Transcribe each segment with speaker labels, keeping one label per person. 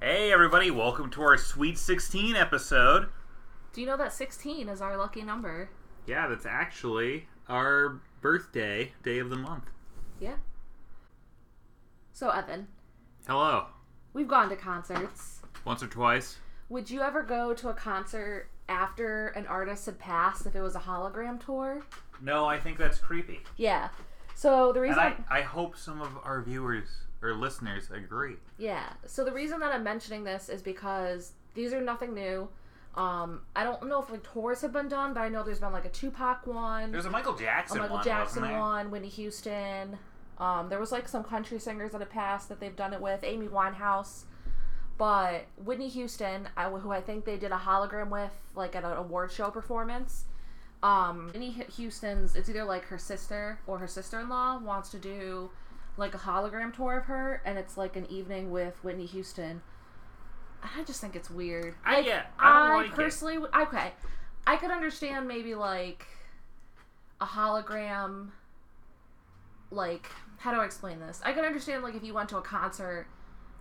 Speaker 1: Hey, everybody, welcome to our Sweet 16 episode.
Speaker 2: Do you know that 16 is our lucky number?
Speaker 1: Yeah, that's actually our birthday day of the month.
Speaker 2: Yeah. So, Evan,
Speaker 1: Hello.
Speaker 2: we've gone to concerts.
Speaker 1: Once or twice?
Speaker 2: Would you ever go to a concert after an artist had passed if it was a hologram tour?
Speaker 1: No, I think that's creepy.
Speaker 2: Yeah. So, the reason.
Speaker 1: And I, I hope some of our viewers or listeners agree.
Speaker 2: Yeah. So the reason that I'm mentioning this is because these are nothing new. Um, I don't know if like tours have been done, but I know there's been like a Tupac one,
Speaker 1: There's a Michael
Speaker 2: a
Speaker 1: Jackson
Speaker 2: Oh, Michael
Speaker 1: one,
Speaker 2: Jackson
Speaker 1: wasn't there?
Speaker 2: one, Whitney Houston. Um, there was like some country singers that have passed that they've done it with, Amy Winehouse. But Whitney Houston, I, who I think they did a hologram with, like at an award show performance. Um, Whitney Hu- Houston's, it's either like her sister or her sister-in-law wants to do like a hologram tour of her, and it's like an evening with Whitney Houston. I just think it's weird.
Speaker 1: I-
Speaker 2: Like,
Speaker 1: yeah, I don't like it.
Speaker 2: personally, would- okay, I could understand maybe like a hologram. Like, how do I explain this? I could understand like if you went to a concert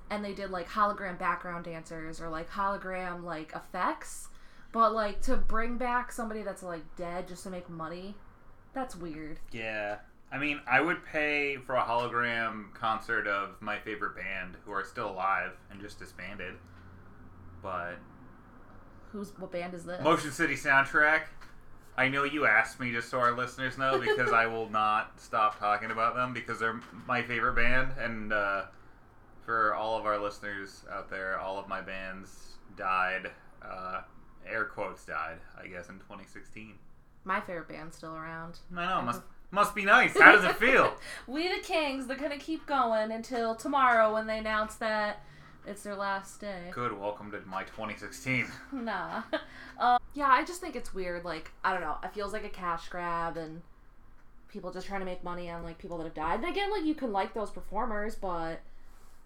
Speaker 2: and they did like hologram background dancers or like hologram like effects, but like to bring back somebody that's like dead just to make money, that's weird.
Speaker 1: Yeah. I mean, I would pay for a hologram concert of my favorite band who are still alive and just disbanded. But
Speaker 2: Who's what band is this?
Speaker 1: Motion City soundtrack. I know you asked me just so our listeners know because I will not stop talking about them because they're my favorite band. And uh, for all of our listeners out there, all of my bands died, uh, air quotes died, I guess, in 2016.
Speaker 2: My favorite band's still around.
Speaker 1: I know, must must be nice. How does it feel?
Speaker 2: We the Kings, they're gonna keep going until tomorrow when they announce that it's their last day.
Speaker 1: Good. Welcome to my 2016.
Speaker 2: Nah. Um, yeah, I just think it's weird. Like, I don't know. It feels like a cash grab and people just trying to make money on like people that have died. And again, like you can like those performers, but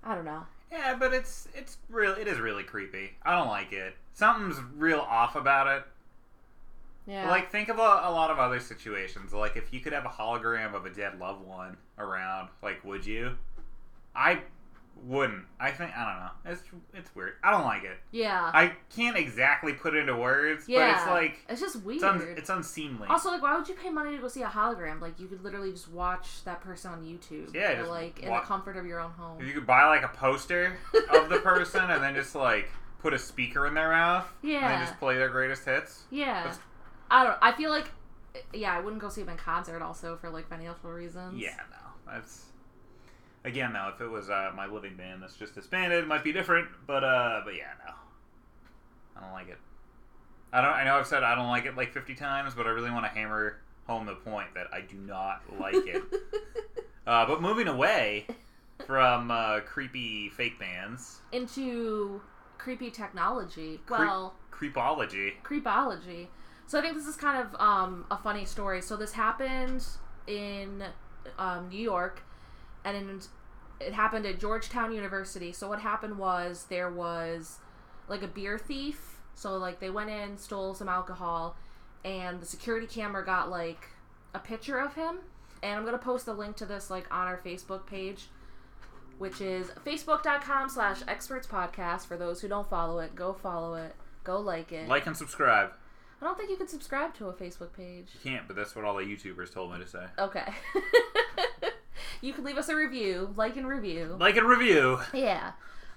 Speaker 2: I don't know.
Speaker 1: Yeah, but it's it's real. It is really creepy. I don't like it. Something's real off about it.
Speaker 2: Yeah.
Speaker 1: Like, think of a, a lot of other situations. Like, if you could have a hologram of a dead loved one around, like, would you? I wouldn't. I think I don't know. It's it's weird. I don't like it.
Speaker 2: yeah.
Speaker 1: I can't exactly put it into words,
Speaker 2: yeah.
Speaker 1: but it's like
Speaker 2: it's just weird.
Speaker 1: it's un, it's unseemly.
Speaker 2: also, like, why would you pay money to go see a hologram? Like, you could literally just watch that person on YouTube.
Speaker 1: Yeah,
Speaker 2: or,
Speaker 1: just
Speaker 2: like in
Speaker 1: wa-
Speaker 2: the comfort of your own home.
Speaker 1: if you could buy like a poster of the person and then just like put a speaker in their mouth, and then
Speaker 2: Yeah.
Speaker 1: just play their greatest hits.
Speaker 2: Yeah.
Speaker 1: That's-
Speaker 2: I don't I feel like yeah, I wouldn't go see him in concert also for like financial reasons.
Speaker 1: Yeah, no, that's again though. If it was uh, my living band that's just disbanded, it might be different. But uh, but yeah, no, I don't like it. I don't. I know I've said I don't like it like fifty times, but I really want to hammer home the point that I do not like it. uh, but moving away from uh, creepy fake bands,
Speaker 2: Into creepy technology.
Speaker 1: Creep-
Speaker 2: well,
Speaker 1: creepology.
Speaker 2: creepology. So I think this is kind of um, a funny story. So this happened in um, New York, and it happened at Georgetown University. So what happened was there was like a beer thief. So like they went in, stole some alcohol, and the security camera got like a picture of him. And I'm gonna post a link to this like on our Facebook page which is facebook.com slash experts podcast for those who don't follow it go follow it go like it
Speaker 1: Like and subscribe.
Speaker 2: i don't think you can subscribe to a facebook page
Speaker 1: You can't, but that's what all the YouTubers told me to say.
Speaker 2: okay you can leave us a review like and review
Speaker 1: Like and review.
Speaker 2: yeah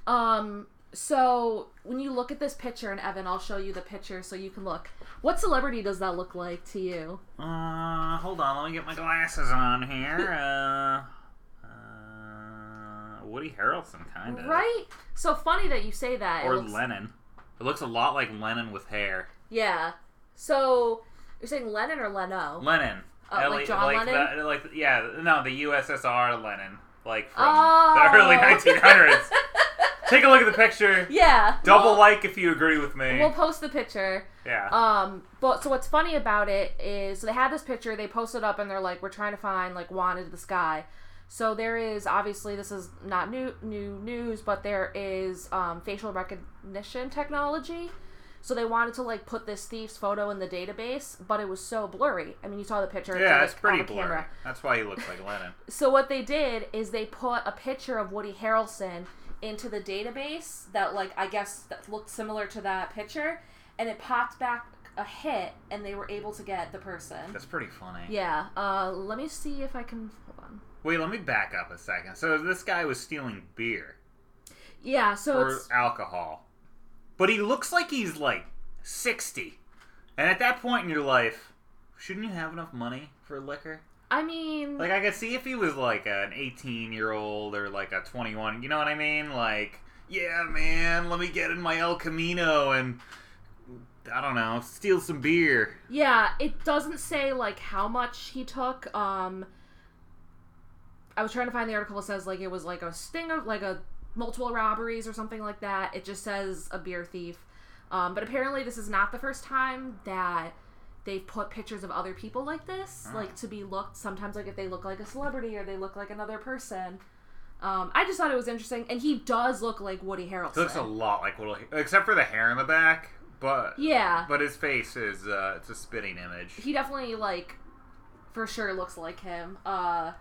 Speaker 2: um so when you look at this picture and evan i'll show you the picture so you can look what celebrity does that look like to you
Speaker 1: Uh, hold on. Let me get my glasses on here. Uh, uh, Woody Harrelson, kind of.
Speaker 2: right so funny that you say that It
Speaker 1: Or
Speaker 2: looks-
Speaker 1: Lennon. It looks a lot like Lennon with hair.
Speaker 2: yeah so you're saying lennon or leno
Speaker 1: Lennon.
Speaker 2: Oh, like
Speaker 1: Ellie-
Speaker 2: John Lennon?
Speaker 1: the- like, yeah, no, the USSR Lennon, like from
Speaker 2: Oh.
Speaker 1: the early 1900s. Take a look at the picture.
Speaker 2: yeah
Speaker 1: Double
Speaker 2: well-
Speaker 1: like if you agree with me.
Speaker 2: We'll post the picture.
Speaker 1: yeah.
Speaker 2: Um, but so what's funny about it is so they had this picture, they posted up, and they're like, "We're trying to find like wanted the sky." So there is obviously this is not new new news, but there is um, facial recognition technology. So they wanted to like put this thief's photo in the database, but it was so blurry. I mean, you saw the picture.
Speaker 1: yeah,
Speaker 2: like,
Speaker 1: it's pretty
Speaker 2: on the
Speaker 1: blurry.
Speaker 2: camera.
Speaker 1: That's why he looks like Lennon.
Speaker 2: So what they did is they put a picture of Woody Harrelson into the database that like I guess that looked similar to that picture, and it popped back a hit, and they were able to get the person.
Speaker 1: That's pretty funny.
Speaker 2: Yeah. Uh, let me see if I can hold on.
Speaker 1: Wait, let me back up a second. So this guy was stealing beer
Speaker 2: Yeah. So
Speaker 1: or
Speaker 2: it's
Speaker 1: alcohol, but he looks like he's like sixty, and at that point in your life, shouldn't you have enough money for liquor?
Speaker 2: I mean
Speaker 1: Like I could see if he was like an 18 year old or like a 21. You know what I mean? Like, yeah, man, let me get in my El Camino and I don't know, steal some beer.
Speaker 2: yeah, it doesn't say like how much he took. Um, I was trying to find the article that says like it was like a sting of like a multiple robberies or something like that. It just says a beer thief. Um, but apparently this is not the first time that they've put pictures of other people like this,
Speaker 1: Ah.
Speaker 2: like to be looked sometimes like if they look like a celebrity or they look like another person. Um, I just thought it was interesting, and he does look like Woody Harrelson.
Speaker 1: He looks a lot like Will, except for the hair in the back, but
Speaker 2: yeah,
Speaker 1: but his face is uh, it's a spitting image.
Speaker 2: he definitely like for sure looks like him uh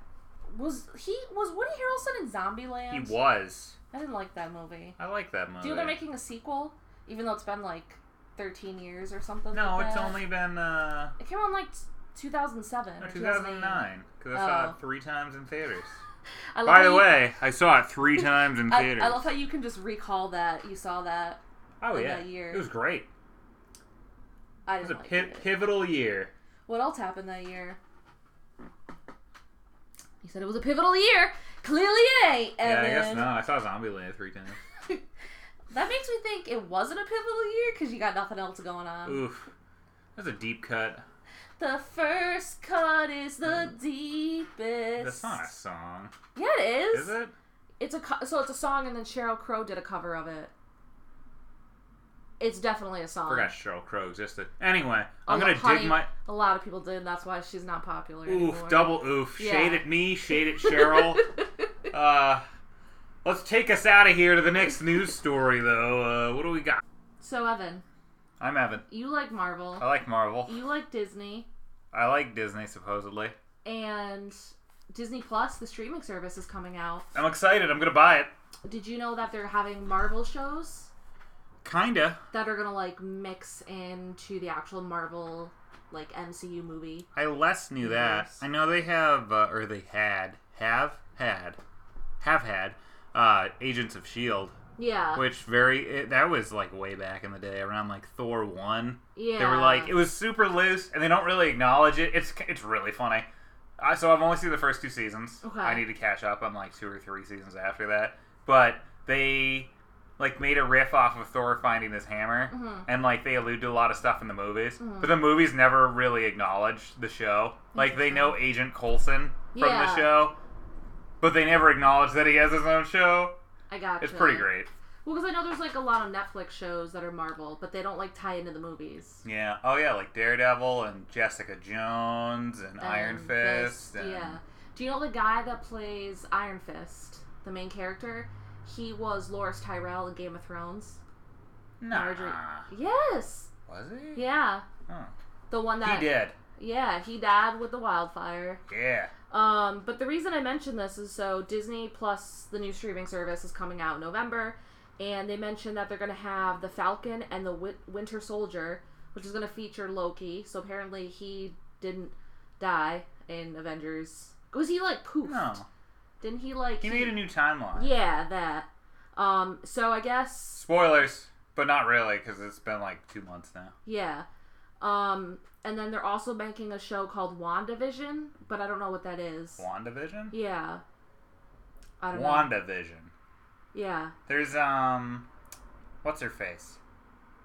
Speaker 2: was he was woody harrelson in zombieland
Speaker 1: He was.
Speaker 2: i didn't like that movie
Speaker 1: I like that movie.
Speaker 2: do you know they're making a sequel even though it's been like 13 years or something
Speaker 1: no,
Speaker 2: like
Speaker 1: it's
Speaker 2: that?
Speaker 1: only been uh,
Speaker 2: it came out in like 2007 or 2008.
Speaker 1: 2009 because I saw
Speaker 2: Oh.
Speaker 1: it three times in theaters.
Speaker 2: I love
Speaker 1: By
Speaker 2: how
Speaker 1: the
Speaker 2: you-
Speaker 1: way, I saw it three times in
Speaker 2: I,
Speaker 1: theaters.
Speaker 2: I love how you can just recall that you saw that
Speaker 1: oh
Speaker 2: in
Speaker 1: yeah,
Speaker 2: that year.
Speaker 1: it was great.
Speaker 2: i
Speaker 1: It was
Speaker 2: didn't
Speaker 1: a
Speaker 2: like
Speaker 1: pi-
Speaker 2: it
Speaker 1: pivotal year.
Speaker 2: What else happened that year? He said it was a pivotal year. Clearly it ain't, Evan.
Speaker 1: Yeah, I guess not. I saw Zombieland three times.
Speaker 2: That makes me think it wasn't a pivotal year because you got nothing else going on.
Speaker 1: Oof, that's a deep cut.
Speaker 2: The first cut is the deepest.
Speaker 1: Mm. That's not a song,
Speaker 2: Yeah, it is.
Speaker 1: is it?
Speaker 2: It's a co- so it's a song, and then Cheryl Crow did a cover of it. It's definitely a song.
Speaker 1: Forgot Cheryl Crow existed. Anyway, I'm
Speaker 2: A
Speaker 1: gonna
Speaker 2: lo- honey,
Speaker 1: dig my
Speaker 2: A lot of people did. That's why she's not popular.
Speaker 1: oof,
Speaker 2: anymore.
Speaker 1: double oof.
Speaker 2: Yeah.
Speaker 1: Shade at me, shade at Cheryl. uh, let's take us out of here to the next news story, though. Uh, what do we got?
Speaker 2: so Evan,
Speaker 1: I'm Evan.
Speaker 2: you like Marvel,
Speaker 1: I like Marvel.
Speaker 2: you like Disney,
Speaker 1: I like Disney, supposedly.
Speaker 2: and Disney Plus, the streaming service, is coming out.
Speaker 1: I'm excited. I'm gonna buy it.
Speaker 2: Did you know that they're having Marvel shows?
Speaker 1: Kinda.
Speaker 2: that are gonna like mix into the actual Marvel like MCU movie.
Speaker 1: I less knew that.
Speaker 2: Yes.
Speaker 1: I know they have, uh, or they had, have had, have had, uh, Agents of Shield,
Speaker 2: Yeah,
Speaker 1: which very it, that was like way back in the day, around like Thor one.
Speaker 2: yeah.
Speaker 1: They were like it was super loose, and they don't really acknowledge it. It's it's really funny. I, so I've only seen the first two seasons.
Speaker 2: Okay.
Speaker 1: I need to catch up. on like two or three seasons after that, but they like made a riff off of Thor finding his hammer,
Speaker 2: Mhm.
Speaker 1: and like they allude to a lot of stuff in the movies,
Speaker 2: Mhm.
Speaker 1: but the movies never really acknowledge the show. Like they know Agent Coulson from
Speaker 2: Yeah.
Speaker 1: the show, but they never acknowledge that he has his own show.
Speaker 2: I got.
Speaker 1: It's pretty great.
Speaker 2: Well, because I know there's like a lot of Netflix shows that are Marvel, but they don't like tie into the movies.
Speaker 1: Yeah. Oh yeah, like Daredevil and Jessica Jones and Mm, Iron
Speaker 2: And
Speaker 1: Fist. and...
Speaker 2: Yeah. Do you know the guy that plays Iron Fist, the main character? He was Loras Tyrell in Game of Thrones.
Speaker 1: Nah.
Speaker 2: Marjorie- Yes.
Speaker 1: Was he?
Speaker 2: Yeah.
Speaker 1: Huh.
Speaker 2: The one that
Speaker 1: He did.
Speaker 2: Yeah, he died with the wildfire.
Speaker 1: Yeah.
Speaker 2: Um, but the reason I mention this is so Disney Plus, the new streaming service, is coming out in November, and they mentioned that they're going to have the Falcon and the Wi- Winter Soldier, which is going to feature Loki. So apparently he didn't die in Avengers. Was he like poofed?
Speaker 1: No.
Speaker 2: Didn't he like?
Speaker 1: He made a new timeline.
Speaker 2: Yeah, that. Um, so I guess
Speaker 1: Spoilers, but not really, because it's been like two months now.
Speaker 2: yeah. Um, and then they're also making a show called WandaVision, but I don't know what that is.
Speaker 1: WandaVision.
Speaker 2: Yeah. I don't know.
Speaker 1: WandaVision.
Speaker 2: Yeah.
Speaker 1: There's um, what's her face?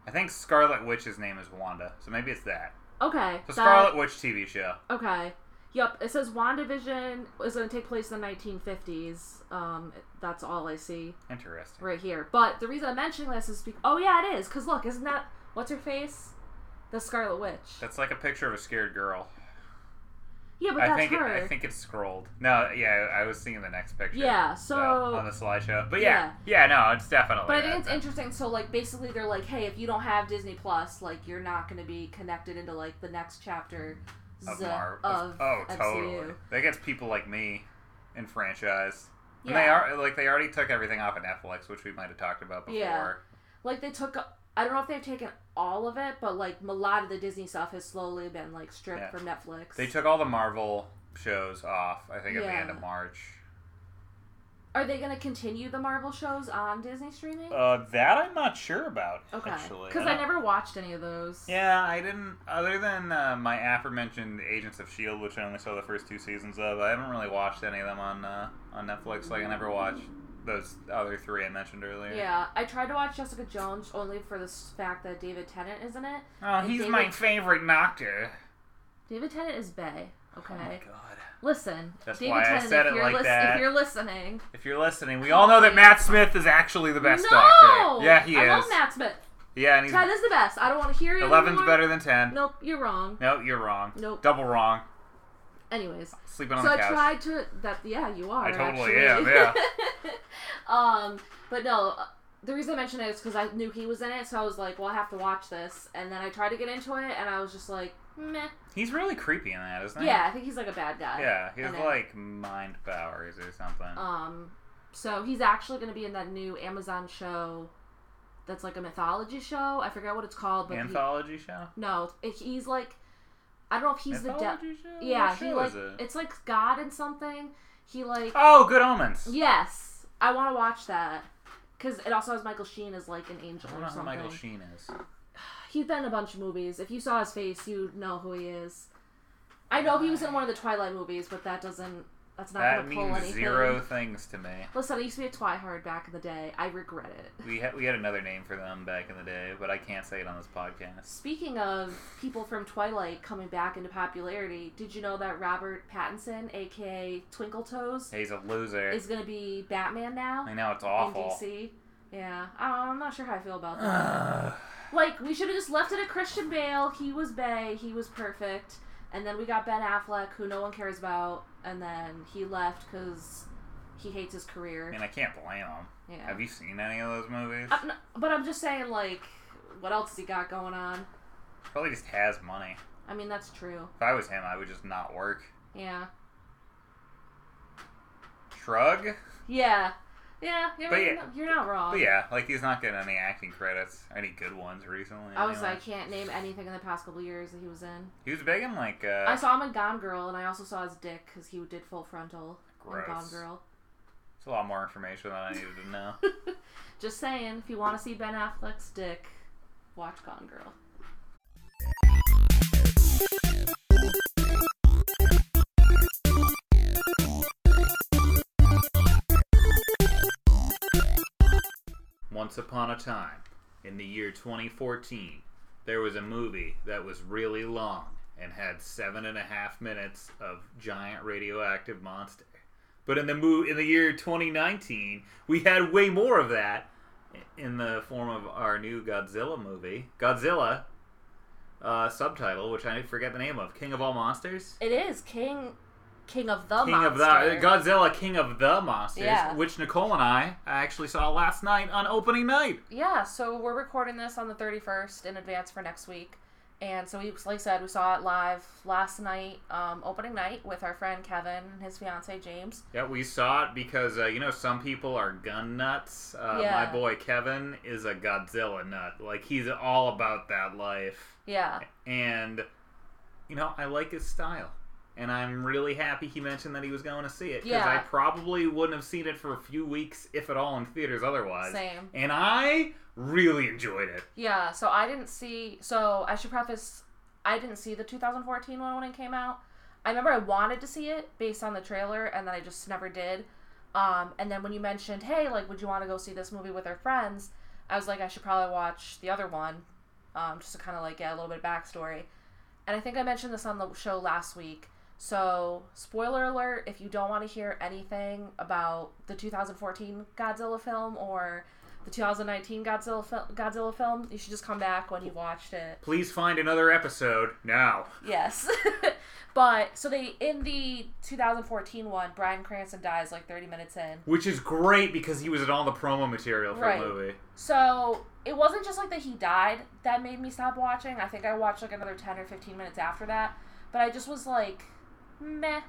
Speaker 1: I think Scarlet Witch's name is Wanda, so maybe it's that.
Speaker 2: Okay.
Speaker 1: The
Speaker 2: that-
Speaker 1: Scarlet Witch TV show.
Speaker 2: Okay. Yep. It says WandaVision is going to take place in the 1950s. Um, that's all I see
Speaker 1: Interesting.
Speaker 2: right here. But the reason I'm mentioning this is because oh yeah, it is. Cause look, isn't that what's her face? The Scarlet Witch.
Speaker 1: That's like a picture of a scared girl.
Speaker 2: yeah, but
Speaker 1: I
Speaker 2: that's
Speaker 1: think it,
Speaker 2: her.
Speaker 1: I think it's scrolled. No, yeah, I was seeing the next picture.
Speaker 2: yeah.
Speaker 1: So,
Speaker 2: So.
Speaker 1: on the slideshow, but yeah, yeah, no, it's definitely.
Speaker 2: but I
Speaker 1: that.
Speaker 2: think it's interesting. So, like, basically, they're like, "Hey, if you don't have Disney Plus, like, you're not going to be connected into like the next chapter
Speaker 1: of
Speaker 2: z-
Speaker 1: Mar-
Speaker 2: uh, of
Speaker 1: oh,
Speaker 2: MCU."
Speaker 1: totally. That gets people like me enfranchised. And they are like they already took everything off of Netflix, which we might have talked about before.
Speaker 2: Yeah. like they took i don't know if they've taken all of it but like a lot of the disney stuff has slowly been like stripped
Speaker 1: Yeah.
Speaker 2: from netflix
Speaker 1: They took all the Marvel shows off. I think at the end
Speaker 2: Yeah.
Speaker 1: of March.
Speaker 2: are they going to continue the marvel shows on disney streaming
Speaker 1: Uh, that I'm not sure about.
Speaker 2: okay
Speaker 1: actually,
Speaker 2: because
Speaker 1: don't-
Speaker 2: i never watched any of those
Speaker 1: Yeah, I didn't. Other than uh, my aforementioned Agents of Shield, which I only saw the first two seasons of, I haven't really watched any of them on uh, on Netflix. Like I never watched those other three I mentioned earlier.
Speaker 2: yeah i tried to watch jessica jones only for the s- fact that david tennant is in it
Speaker 1: Oh,
Speaker 2: And
Speaker 1: he's
Speaker 2: David-
Speaker 1: my favorite Noctur.
Speaker 2: david tennant is bay okay
Speaker 1: Oh my god.
Speaker 2: listen
Speaker 1: That's
Speaker 2: david
Speaker 1: why I
Speaker 2: tennant
Speaker 1: said
Speaker 2: if,
Speaker 1: it
Speaker 2: you're
Speaker 1: like that.
Speaker 2: if you're listening
Speaker 1: If you're listening, we all know that Matt Smith is actually the best
Speaker 2: no
Speaker 1: Doctor. Yeah, he
Speaker 2: I
Speaker 1: is.
Speaker 2: love matt smith
Speaker 1: Yeah, and he's
Speaker 2: 10 is the best i don't want to hear it
Speaker 1: 11's
Speaker 2: anymore.
Speaker 1: better than 10.
Speaker 2: nope you're wrong
Speaker 1: No, you're wrong.
Speaker 2: Nope.
Speaker 1: Double wrong.
Speaker 2: anyways
Speaker 1: Sleeping on
Speaker 2: so
Speaker 1: the
Speaker 2: I
Speaker 1: couch.
Speaker 2: tried to that yeah you are
Speaker 1: I totally am,
Speaker 2: actually.
Speaker 1: yeah.
Speaker 2: um but no uh, the reason I mentioned it is because I knew he was in it so I was like well I have to watch this and then I tried to get into it and I was just like meh
Speaker 1: He's really creepy in that, isn't he?
Speaker 2: yeah I think he's like a bad guy
Speaker 1: Yeah, he's
Speaker 2: And then-
Speaker 1: like mind powers or something.
Speaker 2: um so he's actually going to be in that new Amazon show that's like a mythology show I forget what it's called but he,
Speaker 1: Anthology show?
Speaker 2: no it, he's like I don't know if he's the devil
Speaker 1: Anthology show?
Speaker 2: yeah
Speaker 1: What
Speaker 2: he
Speaker 1: show
Speaker 2: like
Speaker 1: is it?
Speaker 2: it's like God and something he like
Speaker 1: Oh, Good Omens.
Speaker 2: Yes, I want to watch that because it also has Michael Sheen as like an angel
Speaker 1: I don't
Speaker 2: or
Speaker 1: know who
Speaker 2: something.
Speaker 1: Michael Sheen is.
Speaker 2: He's been in a bunch of movies. If you saw his face, you'd know who he is. I know he was in one of the Twilight movies, but that doesn't. That's not
Speaker 1: That
Speaker 2: gonna pull
Speaker 1: means
Speaker 2: anything.
Speaker 1: zero things to me.
Speaker 2: Listen, I used to be a Twihard back in the day. I regret it.
Speaker 1: We had we had another name for them back in the day, but I can't say it on this podcast.
Speaker 2: Speaking of people from Twilight coming back into popularity, did you know that Robert Pattinson, aka Twinkle Toes,
Speaker 1: He's a loser.
Speaker 2: is gonna be Batman now
Speaker 1: I know it's
Speaker 2: in
Speaker 1: awful.
Speaker 2: DC? Yeah, I- I'm not sure how I feel about that.
Speaker 1: Ugh.
Speaker 2: Like we should have just left it at Christian Bale. He was Bay. He was perfect. And then we got Ben Affleck, who no one cares about. And then he left because he hates his
Speaker 1: I
Speaker 2: career.
Speaker 1: mean, I can't blame him.
Speaker 2: Yeah.
Speaker 1: Have you seen any of those movies?
Speaker 2: I'm n- but I'm just saying, like, what else has he got going on?
Speaker 1: Probably just has money.
Speaker 2: I mean, that's true.
Speaker 1: If I was him, I would just not work.
Speaker 2: Yeah.
Speaker 1: Shrug?
Speaker 2: Yeah. Yeah. You're,
Speaker 1: But
Speaker 2: you're
Speaker 1: yeah.
Speaker 2: not- you're not wrong.
Speaker 1: But yeah, like he's not getting any acting credits, any good ones recently.
Speaker 2: I was
Speaker 1: anyway.
Speaker 2: I can't name anything in the past couple years that he was in.
Speaker 1: he was big in like uh,
Speaker 2: I saw him in Gone Girl, and I also saw his dick because he did full frontal in Gone
Speaker 1: Gross.
Speaker 2: Girl.
Speaker 1: It's a lot more information than I needed to know.
Speaker 2: Just saying, if you want to see Ben Affleck's dick, watch Gone Girl.
Speaker 1: Once upon a time, in the year 2014, there was a movie that was really long and had seven and a half minutes of giant radioactive monster. But in the mo- in the year 2019, we had way more of that in the form of our new Godzilla movie, Godzilla uh, subtitle, which I forget the name of, King of All Monsters.
Speaker 2: It is King, King of the
Speaker 1: King
Speaker 2: Monster.
Speaker 1: of the Godzilla, King of the Monsters,
Speaker 2: Yeah.
Speaker 1: which Nicole and I actually saw last night on opening night.
Speaker 2: yeah, so we're recording this on the thirty first in advance for next week, and so we, like I said, we saw it live last night, um, opening night with our friend Kevin and his fiance James.
Speaker 1: Yeah, we saw it because uh, you know some people are gun nuts. Uh,
Speaker 2: Yeah.
Speaker 1: My boy Kevin is a Godzilla nut. Like he's all about that life,
Speaker 2: Yeah,
Speaker 1: and you know I like his style, and I'm really happy he mentioned that he was going to see it because I
Speaker 2: Yeah.
Speaker 1: probably wouldn't have seen it for a few weeks, if at all, in theaters otherwise.
Speaker 2: same.
Speaker 1: And I really enjoyed it.
Speaker 2: Yeah, so I didn't see. So I should preface, I didn't see the 2014 one when it came out. I remember I wanted to see it based on the trailer, and then I just never did. Um, and then when you mentioned, hey, like, would you want to go see this movie with our friends? I was like, I should probably watch the other one, um, just to kind of like get a little bit of backstory. And I think I mentioned this on the show last week. So, spoiler alert if you don't want to hear anything about the 2014 Godzilla film or the 2019 Godzilla, fil- Godzilla film, you should just come back when you've watched it.
Speaker 1: Please find another episode now.
Speaker 2: Yes. but, so they, in the 2014 one, Brian Cranston dies like 30 minutes in.
Speaker 1: Which is great because he was in all the promo material for
Speaker 2: Right.
Speaker 1: the movie.
Speaker 2: So it wasn't just like that he died that made me stop watching. I think I watched like another 10 or 15 minutes after that. But I just was like, meh.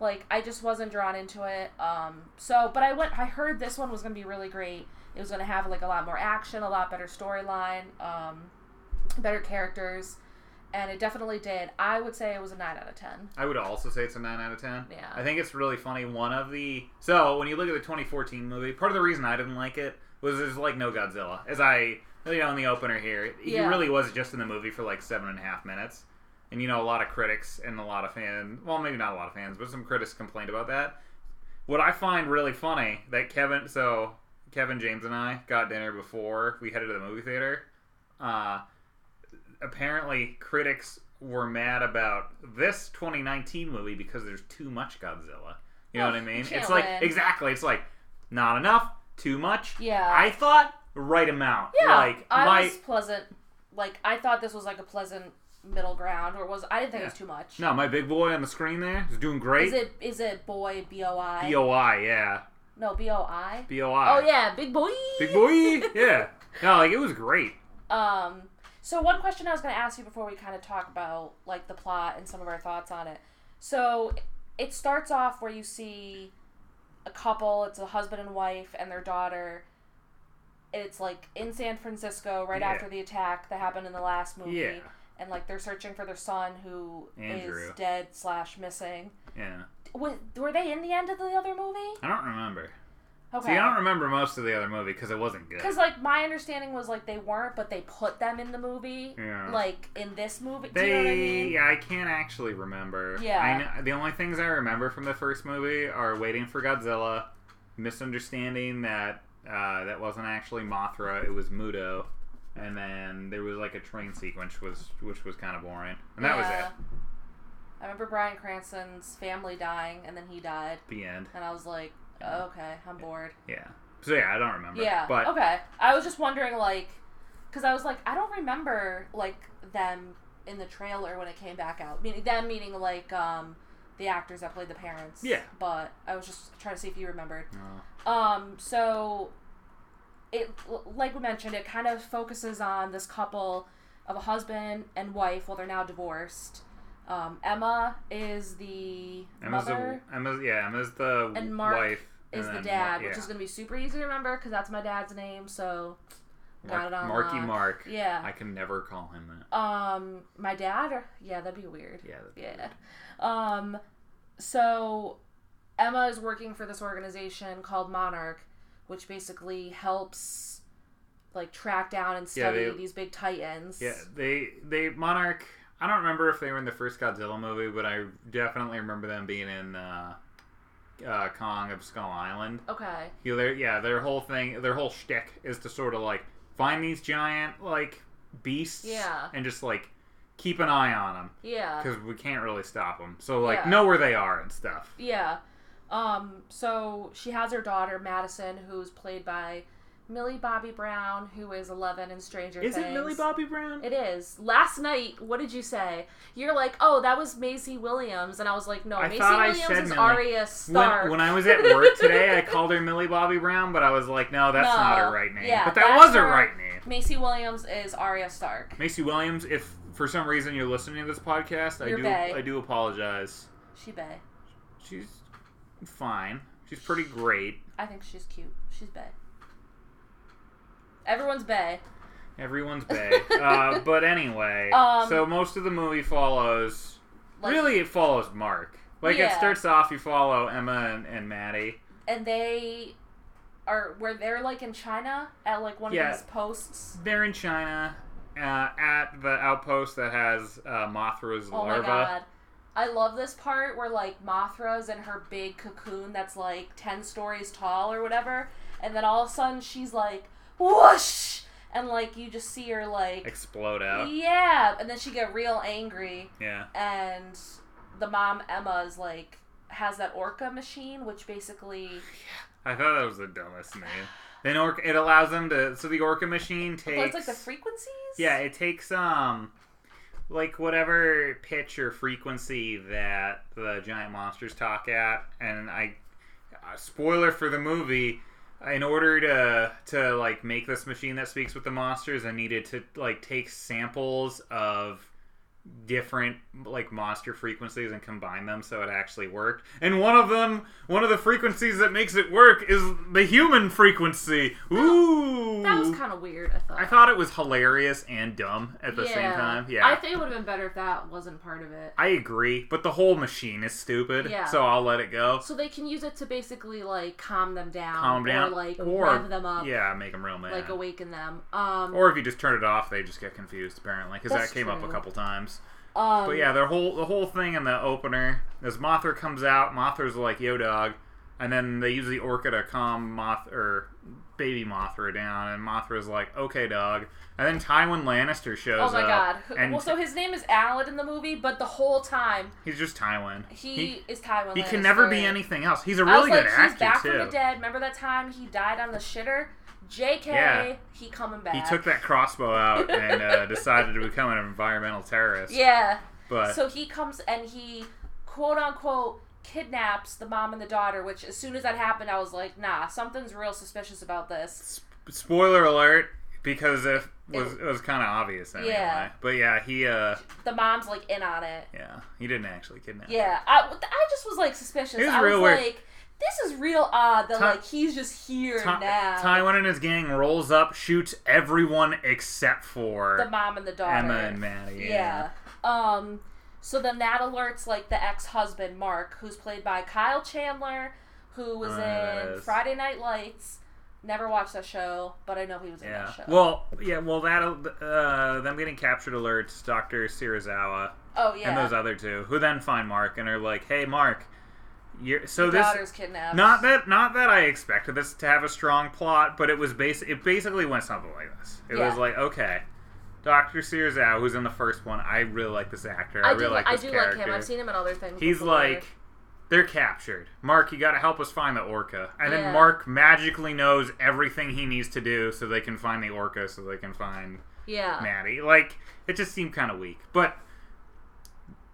Speaker 2: Like I just wasn't drawn into it. Um, so, but I went. I heard this one was gonna be really great. It was gonna have like a lot more action, a lot better storyline, um, better characters, and it definitely did. I would say it was a nine out of ten.
Speaker 1: I would also say it's a 9 out of 10.
Speaker 2: Yeah.
Speaker 1: I think it's really funny. One of the. So, when you look at the 2014 movie, part of the reason I didn't like it was there's like no Godzilla. As I. You know, in the opener here, he
Speaker 2: Yeah.
Speaker 1: really was just in the movie for like seven and a half minutes. And, you know, a lot of critics and a lot of fans. Well, maybe not a lot of fans, but some critics complained about that. What I find really funny that Kevin. So, Kevin James and I got dinner before we headed to the movie theater. Uh, apparently critics were mad about this 2019 movie because there's too much Godzilla. You know what I
Speaker 2: Ugh,
Speaker 1: mean?
Speaker 2: Oh, you can't
Speaker 1: It's like
Speaker 2: win.
Speaker 1: exactly. It's like not enough, too much.
Speaker 2: Yeah.
Speaker 1: I thought right amount.
Speaker 2: Yeah,
Speaker 1: Like
Speaker 2: I
Speaker 1: my
Speaker 2: was pleasant. Like I thought this was like a pleasant middle ground, or was I didn't think it was too much.
Speaker 1: no, my big boy on the screen there is doing
Speaker 2: Is
Speaker 1: great.
Speaker 2: it is it boy B O I?
Speaker 1: Boi, yeah,
Speaker 2: No B O I.
Speaker 1: boi.
Speaker 2: Oh yeah, big boy.
Speaker 1: Big boy, yeah. No, like it was great.
Speaker 2: Um. So one question I was going to ask you before we kind of talk about like the plot and some of our thoughts on it. So it starts off where you see a couple. It's a husband and wife and their daughter. It's like in San Francisco right
Speaker 1: Yeah.
Speaker 2: after the attack that happened in the last movie.
Speaker 1: Yeah,
Speaker 2: and like they're searching for their son who is
Speaker 1: Andrew.
Speaker 2: dead slash missing.
Speaker 1: yeah.
Speaker 2: Was, were they in the end of the other movie?
Speaker 1: I don't remember. See, I
Speaker 2: Okay.
Speaker 1: don't remember most of the other movie because it wasn't good.
Speaker 2: Because like my understanding was like they weren't, but they put them in the movie,
Speaker 1: Yeah.
Speaker 2: like in this movie. Do
Speaker 1: They,
Speaker 2: you know what I mean?
Speaker 1: yeah, I can't actually remember.
Speaker 2: Yeah.
Speaker 1: I know, the only things I remember from the first movie are waiting for Godzilla, misunderstanding that uh, that wasn't actually Mothra, it was Muto, and then there was like a train sequence was which was kind of boring, and that was
Speaker 2: it. I remember Brian Cranston's family dying, and then he died,
Speaker 1: it. The end.
Speaker 2: and I was like, oh,
Speaker 1: Yeah.
Speaker 2: okay, I'm bored.
Speaker 1: Yeah. So yeah, I don't remember.
Speaker 2: Yeah.
Speaker 1: But
Speaker 2: okay. I was just wondering, like, because I was like, I don't remember like them in the trailer when it came back out. Meaning them, meaning like um, the actors that played the parents.
Speaker 1: Yeah.
Speaker 2: But I was just trying to see if you remembered.
Speaker 1: no.
Speaker 2: Um. So, it like we mentioned, it kind of focuses on this couple of a husband and wife. Well, they're now divorced. Um, Emma is the
Speaker 1: Emma's
Speaker 2: mother.
Speaker 1: the Emma's yeah Emma's the
Speaker 2: And Mark
Speaker 1: wife
Speaker 2: is
Speaker 1: and
Speaker 2: the
Speaker 1: then-
Speaker 2: dad,
Speaker 1: yeah.
Speaker 2: which is going to be super easy to remember because that's my dad's name. So got
Speaker 1: Mark,
Speaker 2: it on
Speaker 1: Marky
Speaker 2: lock.
Speaker 1: Mark.
Speaker 2: yeah,
Speaker 1: I can never call him that.
Speaker 2: um, my dad. Or, yeah, that'd be weird.
Speaker 1: Yeah. that's-
Speaker 2: Yeah. Um, so Emma is working for this organization called Monarch, which basically helps like track down and
Speaker 1: Yeah,
Speaker 2: study
Speaker 1: they-
Speaker 2: these big titans.
Speaker 1: Yeah, they they Monarch. I don't remember if they were in the first Godzilla movie, but I definitely remember them being in uh, uh, Kong of Skull Island.
Speaker 2: Okay.
Speaker 1: You know, their- yeah, their whole thing, their whole shtick is to sort of like find these giant like beasts,
Speaker 2: Yeah.
Speaker 1: and just like keep an eye on them
Speaker 2: Yeah.
Speaker 1: because we can't really stop them. So like
Speaker 2: Yeah.
Speaker 1: know where they are and stuff.
Speaker 2: Yeah. Um, so she has her daughter, Madison, who's played by Millie Bobby Brown, who is 11 in Stranger
Speaker 1: Is
Speaker 2: Things.
Speaker 1: it Millie Bobby Brown?
Speaker 2: It is. Last night, what did you say? You're like, oh, that was Maisie Williams. And I was like, no,
Speaker 1: I
Speaker 2: Maisie
Speaker 1: thought I
Speaker 2: Williams
Speaker 1: said
Speaker 2: is
Speaker 1: Millie.
Speaker 2: Arya Stark.
Speaker 1: When, when I was at work today, I called her Millie Bobby Brown, but I was like, no, that's not her
Speaker 2: No.
Speaker 1: right name.
Speaker 2: Yeah,
Speaker 1: but that
Speaker 2: that's
Speaker 1: was her
Speaker 2: her-
Speaker 1: right name.
Speaker 2: Macy Williams is Arya Stark.
Speaker 1: Macy Williams, if for some reason you're listening to this podcast, I
Speaker 2: You're
Speaker 1: do
Speaker 2: bae.
Speaker 1: I do apologize.
Speaker 2: She bae.
Speaker 1: She's fine. She's pretty great.
Speaker 2: I think she's cute. She's bae. Everyone's bae.
Speaker 1: Everyone's bae. uh, but anyway,
Speaker 2: Um,
Speaker 1: so most of the movie follows.
Speaker 2: Like,
Speaker 1: really, it follows Mark. Like it
Speaker 2: Yeah.
Speaker 1: starts off, you follow Emma and, and Maddie.
Speaker 2: And they are where they're like in China at like one
Speaker 1: Yeah.
Speaker 2: of these posts.
Speaker 1: They're in China uh, at the outpost that has uh, Mothra's
Speaker 2: Oh
Speaker 1: larva.
Speaker 2: my god. I love this part where like Mothra's in her big cocoon that's like ten stories tall or whatever, and then all of a sudden she's like whoosh and like you just see her like
Speaker 1: Explode out.
Speaker 2: Yeah. And then she get real angry
Speaker 1: Yeah.
Speaker 2: and the mom Emma is like has that orca machine, which basically
Speaker 1: I thought that was the dumbest name. Then orc it allows them to. So the orca machine
Speaker 2: well,
Speaker 1: takes.
Speaker 2: it's like the frequencies.
Speaker 1: Yeah, it takes um like whatever pitch or frequency that the giant monsters talk at and I uh, spoiler for the movie in order to to like make this machine that speaks with the monsters I needed to like take samples of different like monster frequencies and combine them so it actually worked. And one of them, one of the frequencies that makes it work is the human frequency. Ooh.
Speaker 2: That was kind of weird. I thought.
Speaker 1: I thought it was hilarious and dumb at the same time. Yeah.
Speaker 2: I think it would have been better if that wasn't part of it.
Speaker 1: I agree, but the whole machine is stupid,
Speaker 2: Yeah.
Speaker 1: so I'll let it go.
Speaker 2: So they can use it to basically like calm them down,
Speaker 1: Calm down,
Speaker 2: or like
Speaker 1: or-
Speaker 2: rev them up,
Speaker 1: Yeah, make them real mad.
Speaker 2: like awaken them. Um,
Speaker 1: or if you just turn it off, they just get confused apparently because
Speaker 2: That's
Speaker 1: that came up a
Speaker 2: true.
Speaker 1: couple times.
Speaker 2: um,
Speaker 1: But yeah, their whole the whole thing in the opener is Mothra comes out. Mothra's like yo dog, and then they use the Orca to calm Moth or baby Mothra down, and Mothra's like okay dog, and then Tywin Lannister shows
Speaker 2: Oh
Speaker 1: up.
Speaker 2: my god.
Speaker 1: uh, And
Speaker 2: well, so his name is Alan in the movie, but the whole time
Speaker 1: he's just Tywin.
Speaker 2: he, is Tywin.
Speaker 1: he can
Speaker 2: Lannister.
Speaker 1: never be anything else. He's a
Speaker 2: I was
Speaker 1: really
Speaker 2: like,
Speaker 1: good
Speaker 2: he's
Speaker 1: actor
Speaker 2: back
Speaker 1: too.
Speaker 2: from the dead. Remember that time he died on the shitter? Jk,
Speaker 1: Yeah.
Speaker 2: he coming back.
Speaker 1: He took that crossbow out and uh, decided to become an environmental terrorist.
Speaker 2: Yeah.
Speaker 1: But
Speaker 2: So he comes and he, quote unquote, kidnaps the mom and the daughter. Which as soon as that happened, I was like, nah, something's real suspicious about this.
Speaker 1: sp- spoiler alert, because it was it was kind of obvious anyway.
Speaker 2: Yeah.
Speaker 1: But yeah, he uh
Speaker 2: The mom's like in on it.
Speaker 1: yeah he didn't actually kidnap.
Speaker 2: Yeah, I, I just was like suspicious.
Speaker 1: It was
Speaker 2: I
Speaker 1: real
Speaker 2: was
Speaker 1: weird.
Speaker 2: like, this is real odd that
Speaker 1: Ty-
Speaker 2: like he's just here
Speaker 1: Ty-
Speaker 2: now.
Speaker 1: Tywin and his gang rolls up, shoots everyone except
Speaker 2: the
Speaker 1: for
Speaker 2: mom and the daughter.
Speaker 1: Emma and Maddie.
Speaker 2: yeah. Um. So then that alerts like the ex-husband Mark, who's played by Kyle Chandler, who was in
Speaker 1: Oh, Yes.
Speaker 2: Friday Night Lights. Never watched that show, but I know he was in
Speaker 1: Yeah.
Speaker 2: that show.
Speaker 1: Well, yeah. Well, that uh, them getting captured alerts Doctor Sirizawa
Speaker 2: oh yeah.
Speaker 1: and those other two, who then find Mark and are like, "Hey, Mark, you're so
Speaker 2: The
Speaker 1: this
Speaker 2: daughter's kidnapped.
Speaker 1: Not that, not that I expected this to have a strong plot, but it was basic. It basically went something like this. It was
Speaker 2: Yeah.
Speaker 1: like, okay, Doctor Searsow, who's in the first one, I really like this actor. I,
Speaker 2: I, do.
Speaker 1: really like
Speaker 2: I
Speaker 1: this
Speaker 2: do
Speaker 1: character.
Speaker 2: like him. I've seen him in other things.
Speaker 1: He's
Speaker 2: before.
Speaker 1: like, they're captured. Mark, you got to help us find the orca. And
Speaker 2: Yeah.
Speaker 1: then Mark magically knows everything he needs to do so they can find the orca, so they can find
Speaker 2: yeah.
Speaker 1: Maddie. Like, it just seemed kind of weak. But,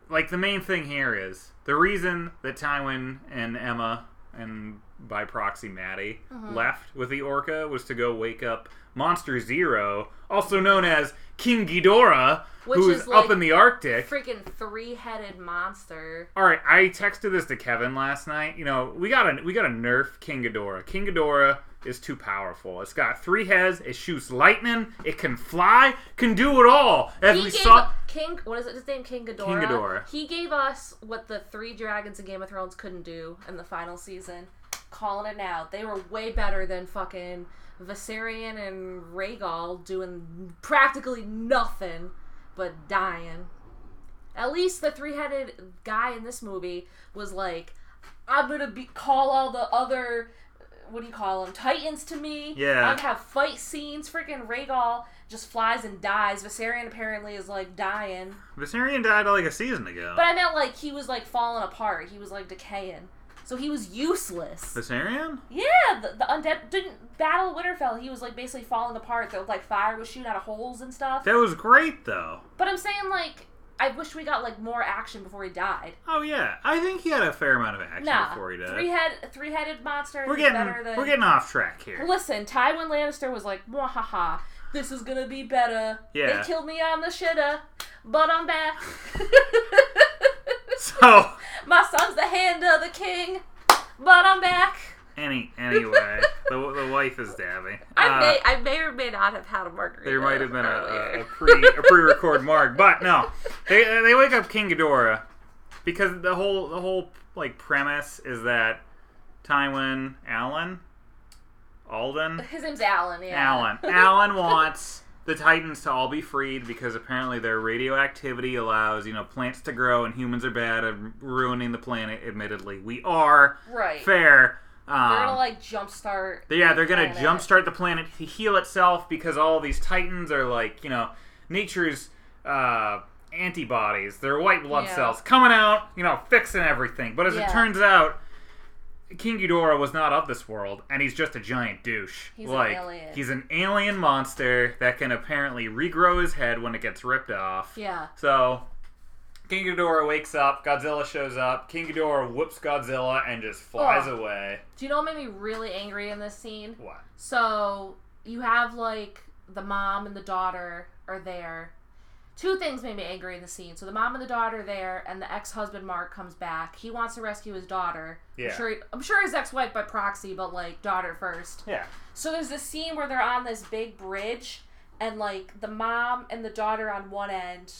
Speaker 1: like, the main thing here is the reason that Tywin and Emma, and by proxy Maddie,
Speaker 2: Uh-huh.
Speaker 1: left with the Orca was to go wake up Monster Zero, also known as King Ghidorah,
Speaker 2: Which
Speaker 1: who's
Speaker 2: is,
Speaker 1: up
Speaker 2: like,
Speaker 1: in the Arctic.
Speaker 2: Freaking three-headed monster.
Speaker 1: All right, I texted this to Kevin last night. You know, we got to we got to nerf King Ghidorah. King Ghidorah is too powerful. It's got three heads. It shoots lightning. It can fly. Can do it all. As
Speaker 2: He
Speaker 1: we
Speaker 2: gave
Speaker 1: saw,
Speaker 2: King. What is it? His name King Ghidorah.
Speaker 1: Ghidorah.
Speaker 2: He gave us what the three dragons in Game of Thrones couldn't do in the final season. Calling it out. They were way better than fucking Viserion and Rhaegal doing practically nothing but dying. At least the three-headed guy in this movie was like, "I'm gonna be call all the other." What do you call them? Titans to me.
Speaker 1: Yeah.
Speaker 2: I'm have fight scenes. Freaking Rhaegal just flies and dies. Viserion apparently is like dying,
Speaker 1: Viserion died like a season ago.
Speaker 2: but I meant like he was like falling apart. He was like decaying, so he was useless.
Speaker 1: Viserion?
Speaker 2: Yeah, the, the undead didn't battle Winterfell. He was like basically falling apart. Though like fire was shooting out of holes and stuff.
Speaker 1: That was great though.
Speaker 2: But I'm saying like I wish we got like more action before he died.
Speaker 1: Oh yeah, I think he had a fair amount of action
Speaker 2: Nah,
Speaker 1: before he died.
Speaker 2: three head three headed monster.
Speaker 1: we're
Speaker 2: he's
Speaker 1: getting
Speaker 2: better than
Speaker 1: we're getting off track here.
Speaker 2: Listen, Tywin Lannister was like, "Mwahaha, this is gonna be better."
Speaker 1: Yeah.
Speaker 2: They killed me on the shitter, but I'm back.
Speaker 1: So
Speaker 2: My son's the hand of the king, but I'm back.
Speaker 1: any anyway, the, the wife is dabbing.
Speaker 2: I
Speaker 1: Uh,
Speaker 2: may, I may or may not have had a margarita.
Speaker 1: There might have been a, a,
Speaker 2: earlier.
Speaker 1: a pre a pre-record mark, but no, they they wake up King Ghidorah because the whole the whole like premise is that Tywin Allen Alden
Speaker 2: His name's Alan. Yeah.
Speaker 1: Alan Alan wants the Titans to all be freed because apparently their radioactivity allows you know plants to grow and humans are bad at ruining the planet. Admittedly, we are
Speaker 2: Right.
Speaker 1: fair. Um,
Speaker 2: They're gonna like jumpstart.
Speaker 1: they- Yeah, they're gonna
Speaker 2: planet.
Speaker 1: jumpstart the planet to heal itself because all these titans are like, you know, nature's uh, antibodies. They're white blood
Speaker 2: Yeah.
Speaker 1: cells coming out, you know, fixing everything. But as
Speaker 2: Yeah.
Speaker 1: it turns out, King Ghidorah was not of this world, and he's just a giant douche.
Speaker 2: He's an
Speaker 1: like
Speaker 2: alien.
Speaker 1: he's an alien monster that can apparently regrow his head when it gets ripped off.
Speaker 2: Yeah.
Speaker 1: So King Ghidorah wakes up, Godzilla shows up, King Ghidorah whoops Godzilla and just flies
Speaker 2: Ugh.
Speaker 1: away.
Speaker 2: Do you know what made me really angry in this scene?
Speaker 1: What?
Speaker 2: So you have like the mom and the daughter are there, Two things made me angry in the scene. So the mom and the daughter are there, and the ex-husband Mark comes back. He wants to rescue his daughter.
Speaker 1: Yeah.
Speaker 2: I'm sure, I'm sure his ex-wife by proxy, but like daughter first.
Speaker 1: Yeah.
Speaker 2: So there's this scene where they're on this big bridge, and like the mom and the daughter on one end,